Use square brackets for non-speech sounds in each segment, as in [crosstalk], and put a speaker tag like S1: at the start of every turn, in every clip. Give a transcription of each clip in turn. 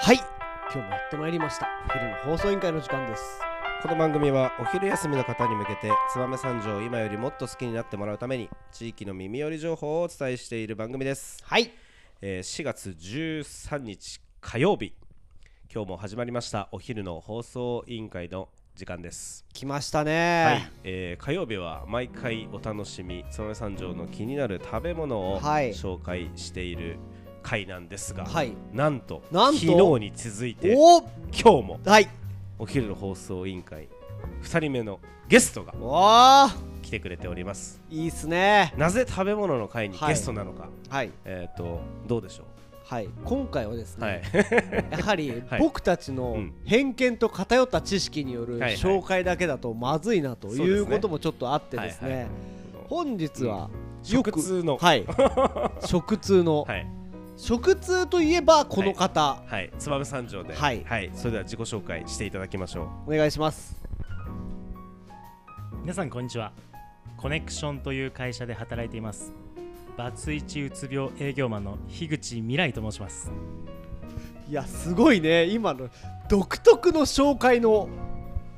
S1: はい今日もやってまいりました昼の放送委員会の時間です
S2: この番組はお昼休みの方に向けて燕三条を今よりもっと好きになってもらうために地域の耳寄り情報をお伝えしている番組です、
S1: はい
S2: えー4月13日火曜日今日も始まりましたお昼の放送委員会の時間です、
S1: 来ました
S2: はい
S1: ね
S2: えー火曜日は毎回お楽しみ燕三条の気になる食べ物を
S1: はい
S2: 紹介している回なんですが、
S1: はい
S2: なんと
S1: なんと
S2: 昨日に続いて
S1: おお
S2: 今日も
S1: はい
S2: お昼の放送委員会2人目のゲストが
S1: わあ
S2: 来てくれております
S1: いいっすね
S2: なぜ食べ物の会に
S1: はい
S2: ゲストなのか、
S1: はい
S2: えっ、とどうでしょ
S1: はい今回はです
S2: うはい
S1: ね、やはり
S2: [laughs] はい
S1: 僕たち
S2: う
S1: の
S2: ん
S1: 偏見と偏った知識による
S2: はいはい
S1: 紹介だけだとまずいなと
S2: そうで
S1: い
S2: す
S1: う
S2: ね
S1: こともちょっとあってです
S2: はいは
S1: ね
S2: い
S1: 本日はよく
S2: 食通の
S1: はい食通の
S2: [laughs] はい
S1: 食通といえばこの方
S2: はい燕三条では
S1: はい
S2: それでは自己紹介していただきましょう
S1: お願いします
S3: 皆さんこんにちはコネクションという会社で働いていますバツイチうつ病営業マンの樋口未来と申します
S1: いやすごいね今の独特の紹介の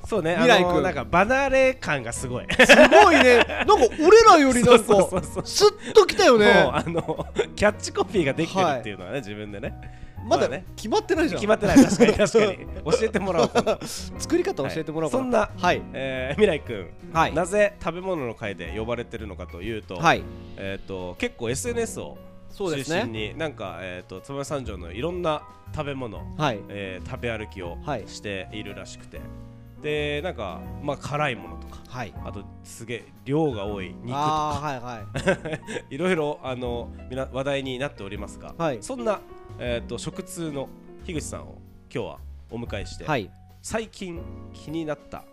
S2: そうね
S1: 未来
S2: あの
S1: 君
S2: なんか離れ感がすご
S1: [laughs]
S2: い
S1: すごいねなんか俺らよりなん
S2: [laughs] そうそう
S1: か
S2: そうそう
S1: スッときたよ
S2: もう
S1: ね
S2: あのキャッチコピーができてるっていうのはね、自分でね
S1: [laughs] まだ
S2: まあね
S1: 決まってないじゃん
S2: 決まってない確かに
S1: [laughs]
S2: 確かに教えてもらおう今度
S1: 作り方教えてもらおうかな
S2: はいそん
S1: はい
S2: えー、未来君、
S1: はい
S2: なぜ食べ物の会で呼ばれてるのかというと、
S1: はい
S2: えー、と結構 SNS を
S1: そう
S2: 中
S1: ですね
S2: 心に、なんか、えー、と燕三条のいろんな食べ物、
S1: はい
S2: えー食べ歩きを
S1: はい
S2: しているらしくて、でなんか、まあ、辛いものとか
S1: はい
S2: あとすげえ量が多い肉とか
S1: ああはいはい
S2: [laughs] いろいろあのみな話題になっておりますが、
S1: はい
S2: そんな、えー、と食通の樋口さんを今日はお迎えして、
S1: はい
S2: 最近気になった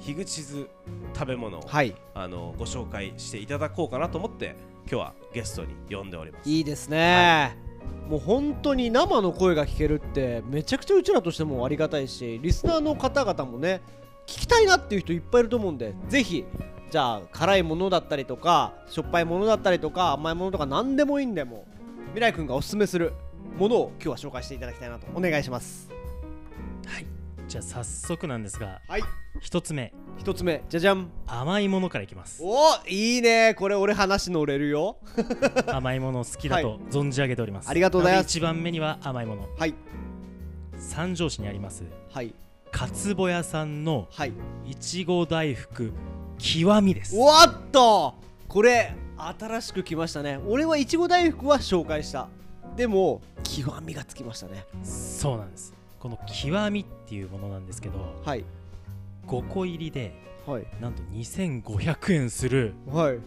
S2: 樋口図食べ物を、
S1: はい
S2: あのご紹介していただこうかなと思って今日はゲストに呼んでおります。
S1: いいですねもう本当に生の声が聞けるってめちゃくちゃうちらとしてもありがたいしリスナーの方々もね聞きたいなっていう人いっぱいいると思うんでぜひじゃあ辛いものだったりとかしょっぱいものだったりとか甘いものとか何でもいいんでもう未来くんがおすすめするものを今日は紹介していただきたいなとお願いします
S3: はいじゃあ早速なんですが
S1: はい
S3: 一つ目
S1: 一つ目じゃじゃん
S3: 甘いものからいきます
S1: おおいいねこれ俺話乗れるよ
S3: 甘いもの好きだと存じ上げております、
S1: ありがとうございます
S3: なので一番目には甘いもの
S1: はい
S3: 三条市にあります
S1: はい
S3: かつぼ屋さんの
S1: はい
S3: いちご大福極みです
S1: おわっとこれ新しく来ましたね俺はいちご大福は紹介したでも極みがつきましたね
S3: そうなんですこの極みっていうものなんですけど
S1: はい
S3: 5個入りで
S1: はい
S3: なんと2500円する
S1: はい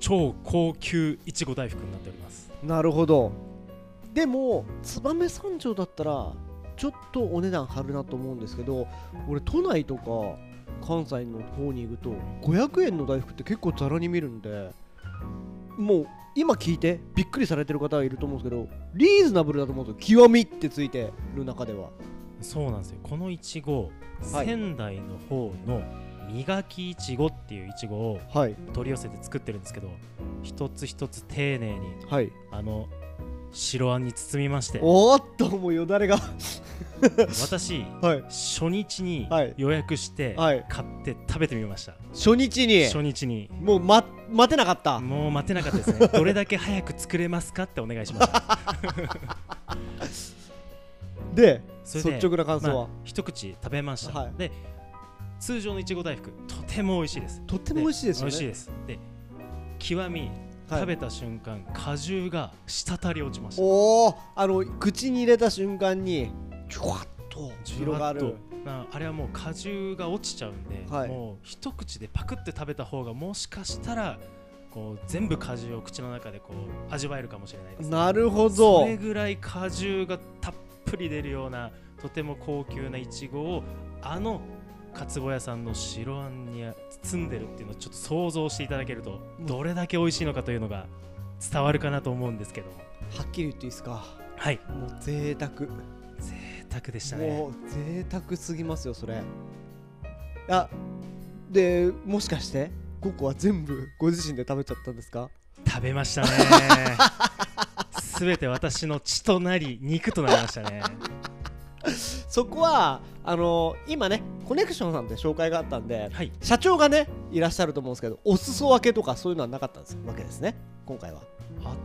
S3: 超高級いちご大福になっております
S1: なるほどでも燕三条だったらちょっとお値段張るなと思うんですけど俺都内とか関西の方に行くと500円の大福って結構ざらに見るんでもう今聞いてびっくりされてる方がいると思うんですけどリーズナブルだと思うんですよ極みってついてる中では
S3: そうなんですよこのいちご
S1: はい
S3: 仙台の方の磨きいちごっていういちごを
S1: はい
S3: 取り寄せて作ってるんですけど一つ一つ丁寧に
S1: はい
S3: あの白あんに包みまして
S1: おーっともうよだれが
S3: 私
S1: はい
S3: 初日に
S1: はい
S3: 予約して
S1: はい
S3: 買って食べてみました、
S1: 初日に
S3: 初日に
S1: もう、ま、待てなかった
S3: もう待てなかったですねどれだけ早く作れますかってお願いしました [laughs]
S1: で
S3: それ
S1: 率
S3: で
S1: 直な感想は、
S3: まあ一口食べました、
S1: はい
S3: で通常のいちご大福とても美味しいです
S1: とっても美味しいですよね
S3: 美味しいですで極み、
S1: はい
S3: 食べた瞬間果汁が滴り落ちました
S1: おおあの口に入れた瞬間にジュワッと広が
S3: じゅ
S1: る
S3: わっとなあれはもう果汁が落ちちゃうんで、
S1: はい
S3: もう一口でパクって食べた方がもしかしたらこう全部果汁を口の中でこう味わえるかもしれないです、
S1: なるほ
S3: そ
S1: ど
S3: れぐらい果汁がたっぷり出るようなとても高級ないちごをあのかつぼ屋さんの白あんに包んでるっていうのをちょっと想像していただけるとどれだけ美味しいのかというのが伝わるかなと思うんですけども
S1: はっきり言っていいですか
S3: はい
S1: もう贅沢
S3: 贅沢でしたね
S1: もう贅沢すぎますよそれあでもしかしてここは全部ご自身で食べちゃったんですか
S3: 食べ
S1: [laughs]
S3: ましたねすべて私の血となり肉となりましたね
S1: そこはあの今ねコネクションさんって紹介があったんで
S3: はい
S1: 社長がねいらっしゃると思うんですけどお裾分けとかそういうのはなかったんですわけですね今回は、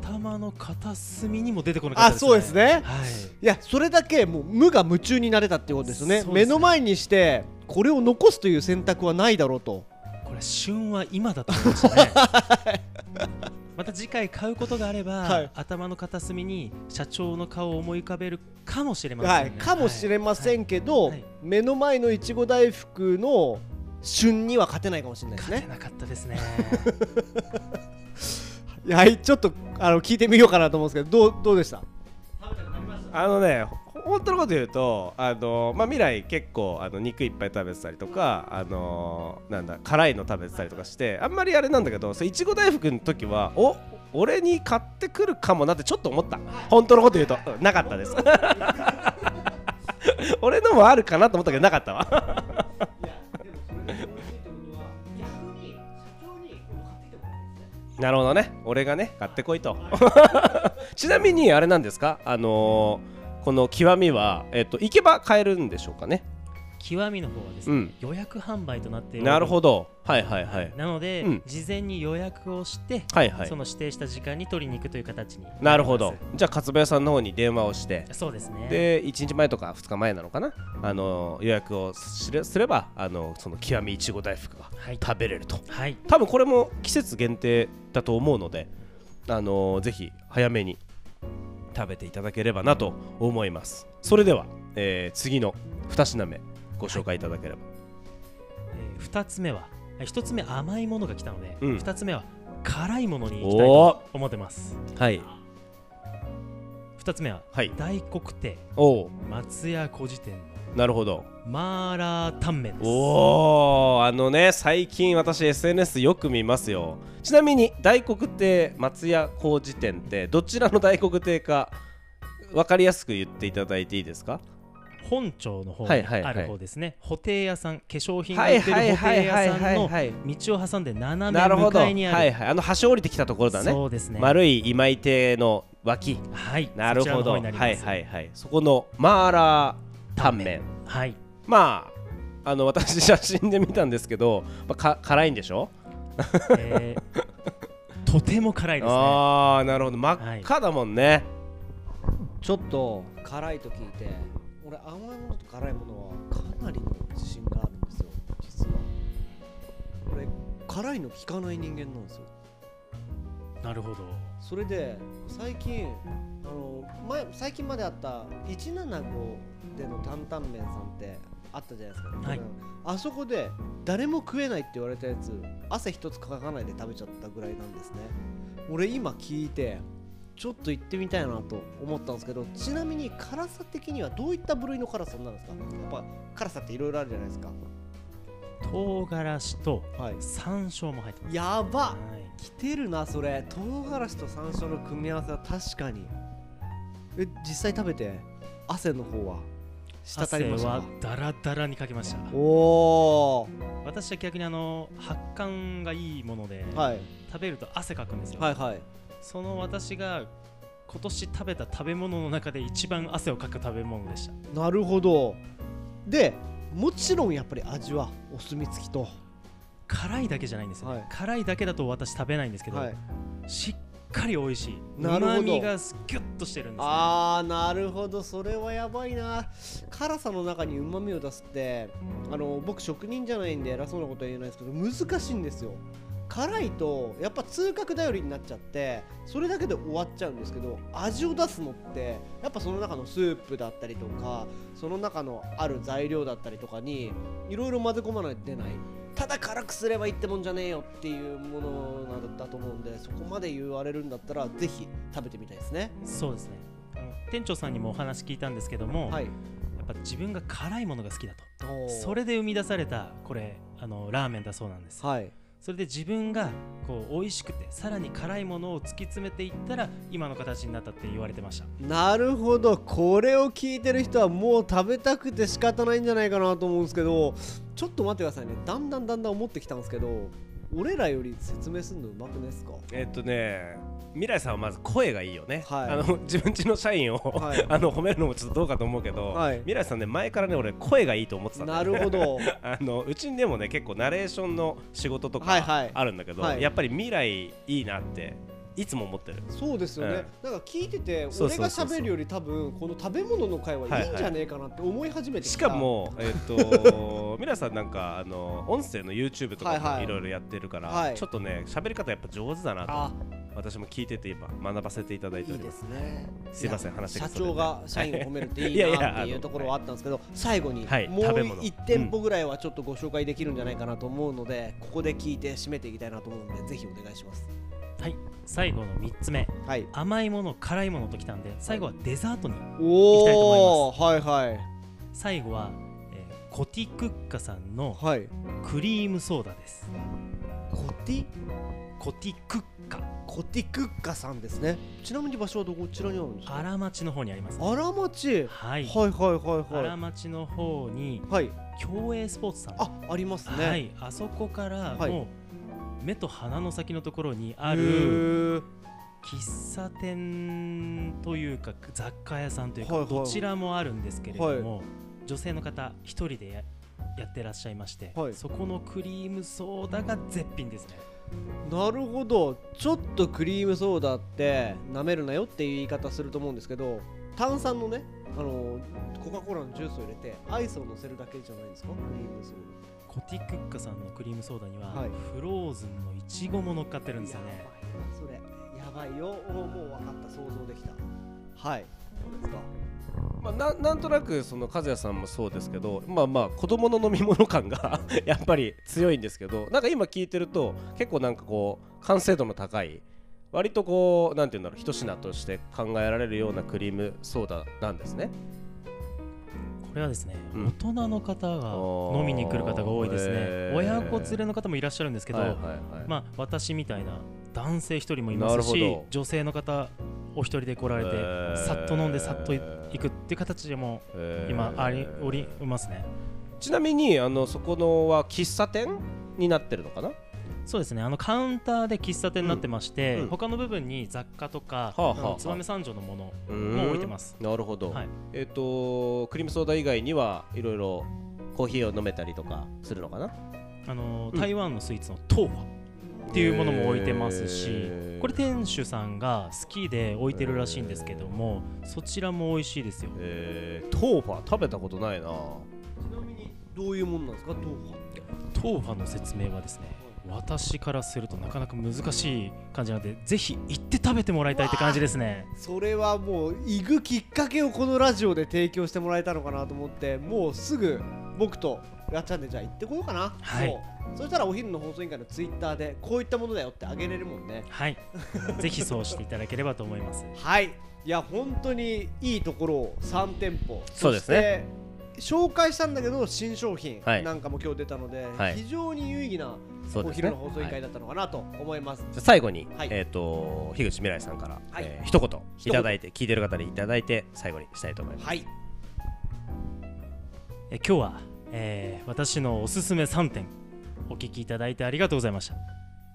S3: 頭の片隅にも出てこなかった
S1: あ
S3: です、ね、
S1: そうですね
S3: はい
S1: いやそれだけもう無我夢中になれたってことですよね
S3: そうで
S1: 目
S3: すね
S1: の前にしてこれを残すという選択はないだろうと
S3: これ旬は今だと思いましたね [laughs] また次回買うことがあれば、
S1: はい
S3: 頭の片隅に社長の顔を思い浮かべるかもしれません
S1: は
S3: ね
S1: い、かもしれませ
S3: はい
S1: んけど、
S3: はい
S1: 目の前のいちご大福の旬には勝てないかもしれないです
S3: 勝て
S1: ね。
S3: なかったで
S2: [laughs]
S3: すね
S1: はい、ちょっとあの聞いてみようかなと思うんですけど、どうどうでした？
S2: あのねほ本当のこと言うとあの、まあ、未来結構あの肉いっぱい食べてたりとかあのなんだ辛いの食べてたりとかしてあんまりあれなんだけどそれいちご大福の時はお俺に買ってくるかもなってちょっと思った本当のこと言うとうんなかったです [laughs] 俺のもあるかなと思ったけどなかったわなるほどね俺がね買ってこいとちなみにあれなんですかあのこの極みは、えっと、行けば買えるんでしょうかね
S3: 極みの方はですね、
S2: うん
S3: 予約販売となっている
S2: なるほどはいはいはい
S3: なので、
S2: うん
S3: 事前に予約をして、
S2: はいはい
S3: その指定した時間に取りに行くという形にります
S2: なるほどじゃあ勝部屋さんの方に電話をして
S3: そうですね
S2: で1日前とか2日前なのかなあの予約をすれすればあのその極みいちご大福が
S3: はい
S2: 食べれると
S3: はい
S2: 多分これも季節限定だと思うのであのぜひ早めに食べていただければなと思いますそれでは、えー次の2品目ご紹介いただければ、
S3: えー、2つ目は1つ目甘いものが来たので、
S2: う
S3: 二
S2: ん
S3: 2つ目は辛いものに行きた
S2: お
S3: いと
S2: お
S3: 思ってます
S2: はい
S3: 2つ目は
S2: はい
S3: 大黒亭
S2: おお
S3: 松屋小辞典の
S2: なるほど
S3: マーラータンメンです
S2: おーあのね最近私 SNS よく見ますよちなみに大黒亭松屋工事店ってどちらの大黒亭か分かりやすく言っていただいていいですか
S3: 本町の方に
S2: はいはいはい
S3: ある方ですね、布袋屋さん化粧品が
S2: は
S3: 売
S2: い
S3: って
S2: はい
S3: る布
S2: は
S3: 袋
S2: いは
S3: 屋
S2: い
S3: さ
S2: は
S3: ん
S2: い
S3: の
S2: はい
S3: 道を挟んで
S2: な
S3: 斜め
S2: るほど
S3: 向か
S2: はい
S3: に
S2: い
S3: ある
S2: はいあの橋降りてきたところだね
S3: そうですね
S2: 丸い今井亭の脇
S3: はい
S2: なるほど
S3: そ
S2: は
S3: ちらの方にないり
S2: は
S3: ま
S2: い
S3: す
S2: はいそこのマーラータンメン
S3: はい
S2: まああの私写真で見たんですけど、まあ、か辛いんでしょ
S3: えー [laughs] とても辛いですね
S2: ああなるほど真っ赤だもんね、
S1: ちょっと辛いと聞いて、俺甘いものと辛いものはかなりの自信があるんですよ。実は。俺辛いの効かない人間なんですよ。
S3: なるほど
S1: それで最近あの前最近まであった175での担々麺さんってあったじゃないですか、
S3: はい
S1: あそこで誰も食えないって言われたやつ汗一つかかないで食べちゃったぐらいなんですね俺今聞いてちょっと行ってみたいなと思ったんですけどちなみに辛さ的にはどういった部類の辛さになるんですかやっぱ辛さっていろいろあるじゃないですか
S3: 唐辛子と
S1: はい
S3: 山椒も入ってます
S1: やばっ
S3: はい
S1: 来てるなそれ唐辛子と山椒の組み合わせは確かにえ実際食べて汗の方は滴りました
S3: 汗はダラダラにかけました
S1: おお
S3: 私は逆にあの発汗がいいもので、
S1: ー、はい、
S3: 食べると汗かくんですよ、
S1: はいはい
S3: その私が今年食べた食べ物の中で一番汗をかく食べ物でした
S1: なるほどでもちろんやっぱり味はお墨付きと、
S3: 辛いだけじゃないんですよ、ね
S1: はい
S3: 辛いだけだと私食べないんですけど、
S1: はい、
S3: しっかり美味しい
S1: なるほど
S3: うまみがギュッとしてるんですね
S1: あーなるほどそれはやばいな辛さの中にうまみを出すってあの僕職人じゃないんで偉そうなことは言えないですけど難しいんですよ辛いとやっぱ痛覚頼りになっちゃってそれだけで終わっちゃうんですけど味を出すのってやっぱその中のスープだったりとかその中のある材料だったりとかにいろいろ混ぜ込まないと出ないただ辛くすればいいってもんじゃねえよっていうものなんだと思うんでそこまで言われるんだったらぜひ食べてみたいですね
S3: そうですねあの店長さんにもお話聞いたんですけども、
S1: はい
S3: やっぱ自分が辛いものが好きだとそ
S1: そ
S3: れで生み出されたこれあのラーメンだそうなんです
S1: はい
S3: それで自分がこう美味しくてさらに辛いものを突き詰めていったら今の形になったって言われてました
S1: なるほどこれを聞いてる人はもう食べたくて仕方ないんじゃないかなと思うんですけどちょっと待ってくださいねだんだんだんだん思ってきたんですけど俺らより説明するのうまくないですか
S2: えっとね未来さんはまず声がいいよね、
S1: はい
S2: あの自分ちの社員を、
S1: はい
S2: [laughs] あの褒めるのもちょっとどうかと思うけど、
S1: はい
S2: 未来さんね前からね俺声がいいと思ってたんだ
S1: な
S2: よ
S1: るほど
S2: [laughs] あのうちにでもね結構ナレーションの仕事と
S1: はいは
S2: か
S1: い
S2: あるんだけど、
S1: はい
S2: やっぱり未来いいなっていつも思ってる
S1: そうですよね、なんか聞いてて
S2: そ
S1: 俺
S2: うそうそう
S1: が
S2: そう
S1: 喋るより多分この食べ物の会はいいんじゃねえかなって思い始めて
S2: し
S1: きた
S2: かもえっ、と
S1: [laughs]
S2: 皆さんなんかあの音声の YouTube とか
S1: はい
S2: も
S1: はい
S2: いろいろやってるから、
S1: はい
S2: ちょっとね喋り方やっぱ上手だなと
S1: あ
S2: 私も聞いてて今学ばせていただいて
S1: い
S2: お
S1: い
S2: り
S1: で
S2: ます
S1: すね
S2: すいません話が
S1: 社
S2: それ
S1: 長
S2: て
S1: が社員を褒めるってい
S2: いや
S1: い
S2: [laughs] いや
S1: なっていうところはあったんですけど最後に
S2: はい
S1: もう
S2: 食べ物
S1: 1店舗ぐらいはちょっとご紹介できるんじゃないかなと思うのでここで聞いて締めていきたいなと思うのでぜひお願いします
S3: はい最後の3つ目
S1: はい
S3: 甘いもの辛いものときたんで最後はデザートに
S1: お
S3: きたいと
S1: おはいはい
S3: 最後は、えーコティクッカさんの
S1: はい
S3: クリームソーダです
S1: コティ
S3: コティクッカ
S1: コティクッカさんですねちなみに場所はどちらにあるんですか
S3: 荒町の方にあります
S1: 荒町
S3: は
S1: はい
S3: い、
S1: はいはいは
S3: 荒
S1: い
S3: 町の方に
S1: はい
S3: 競泳スポーツさん
S1: あありますね、
S3: はい、あそこから
S1: はい
S3: もう目と鼻の先のところに
S1: へ
S3: ある
S1: ー
S3: 喫茶店というか雑貨屋さんというか
S1: はいはい
S3: どちらもあるんですけれども女性の方一人でややってらっしゃいまして
S1: はい
S3: そこのクリームソーダが絶品ですね
S1: なるほどちょっとクリームソーダって舐めるなよっていう言い方すると思うんですけど炭酸のねあのコカ・コーラのジュースを入れてアイスを乗せるだけじゃないんですかクリームソー
S3: コティクッカさんのクリームソーダには
S1: はい
S3: フローズンのいちごも乗っかってるんです
S1: ダ
S3: よね
S1: やばいなそれやばいよもうもう分かった想像できたはいどうですか
S2: まあ、ななんとなくその和也さんもそうですけどまあまあ子供の飲み物感が [laughs] やっぱり強いんですけどなんか今聞いてると結構なんかこう完成度の高い割とこうなんて言うんだろう一品として考えられるようなクリームソーダなんですね。
S3: これはですね、
S2: うん
S3: 大人の方が飲みに来る方が多いですね、
S2: あーへー
S3: 親子連れの方もいらっしゃるんですけど、
S2: はいはいはい
S3: まあ私みたいな男性一人もいます
S2: なる
S3: し
S2: ほど
S3: 女性の方お一人で来られて、
S2: へー
S3: さっと飲んでさっと行くっていう形でも
S2: えー
S3: 今ありおりますね
S2: ちなみにあのそこのは喫茶店になってるのかなは
S3: そうですねあのカウンターで喫茶店になってまして、
S2: うんうん
S3: 他の部分に雑貨とか、
S2: あはあはあ
S3: 燕三条のもの
S2: うん
S3: もう置いてます
S2: なるほど、
S3: はい
S2: えっ、とクリームソーダ以外にはいろいろコーヒーを飲めたりとかするのかな
S3: あの
S2: うん
S3: 台湾のスイーツの豆花っていうものも置いてますし、
S2: へー
S3: これ店主さんが好きで置いてるらしいんですけども、そちらも美味しいですよ、
S2: えー、トーファ食べたことない
S1: ち
S2: な
S1: なみにどういうもんなんですかどうって
S3: 豆花の説明はですね私からするとなかなか難しい感じなのでぜひ行って食べてもらいたいって感じですね
S1: それはもう行くきっかけをこのラジオで提供してもらえたのかなと思ってもうすぐ僕とガッチャンでじゃあ行ってこようかな
S3: はい
S1: もうそしたらお昼の放送委員会のツイッターでこういったものだよってあげれるもんね
S3: はいぜひそうしていただければと思います
S1: はいいや本当にいいところを3店舗
S2: そうですね
S1: そして紹介したんだけど新商品
S2: はい
S1: なんかも今日出たので、
S2: はい
S1: 非常に有意義な
S2: そう
S1: お
S2: です
S1: 昼
S2: ね
S1: の放送委員会だったのかなと思います、
S2: じゃあ最後に、
S1: はい
S2: えっ、と樋口未来さんから、
S1: はい
S2: えー一言
S1: 一
S2: い
S1: 言
S2: ただいて聞いてる方にいただいて最後にしたいと思います、
S1: はい
S3: え今日は、えー私のおすすめ3点お聞きいただいてありがとうございました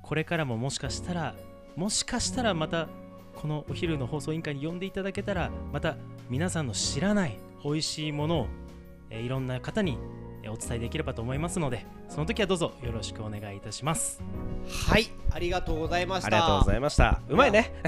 S3: これからももしかしたらもしかしたらまたこのお昼の放送委員会に呼んでいただけたらまた皆さんの知らない美味しいものを、えーいろんな方にえーお伝えできればと思いますのでその時はどうぞよろしくお願いいたします
S1: はいありがとうございました
S2: ありがとうございましたうまいね
S1: う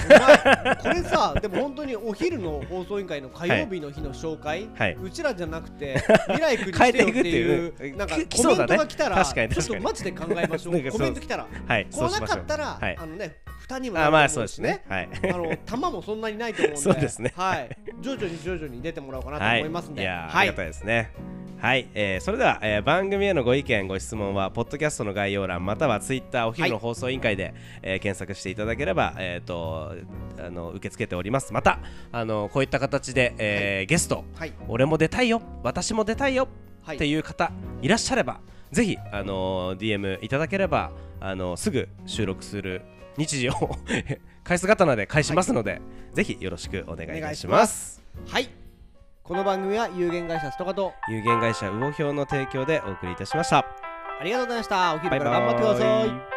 S1: まいこれさでも本当にお昼の放送委員会の火曜日の日の紹介、
S2: はいう
S1: ちらじゃなく
S2: [laughs]
S1: て未来君にしてよっていう
S2: 変えていくっていう
S1: なんか
S2: き
S1: コ
S2: そ
S1: メ
S2: う
S1: ン
S2: だ
S1: ト
S2: ね
S1: が来たら
S2: 確かに
S1: ちょっ
S2: 確か
S1: と
S2: に
S1: マジで考えましょ
S2: なんか [laughs]
S1: う
S2: そう
S1: コメント来たら
S2: はい
S1: 来
S2: そうし
S1: な
S2: まし
S1: か
S2: ょう
S1: ったら、
S2: はい
S1: あのね2にもな
S2: あ
S1: る
S2: まあ
S1: と
S2: そ
S1: 思
S2: う
S1: う
S2: で
S1: し
S2: す
S1: ね
S2: ねはい
S1: あの玉もそんなにないと思うんで
S2: [laughs] そうですね
S1: はい、徐々に徐々に出てもらおうかなと
S2: はい、
S1: 思いますんで、
S2: いやーありがたいですね。はい、えーそれでは、えー番組へのご意見ご質問はポッドキャストの概要欄またはツイッターお昼の放送委員会で、えー検索していただければえっ、とあの受け付けております。またあのこういった形で、えーゲスト
S1: はい
S2: 俺も出たいよ私も出たいよ、
S1: はい
S2: っていう方いらっしゃればぜひあの DM いただければあのすぐ収録する日時を [laughs] 返す刀で返しますので、ぜひよろしくお願いいたし
S1: お願いしま
S2: ます
S1: はいこの番組は有限会社ストカと
S2: 有限会社魚表の提供でお送りいたしました
S1: ありがとうございましたお昼か
S2: バイ
S1: ら
S2: バ
S1: 頑張っ
S2: ーイ
S1: てください
S2: い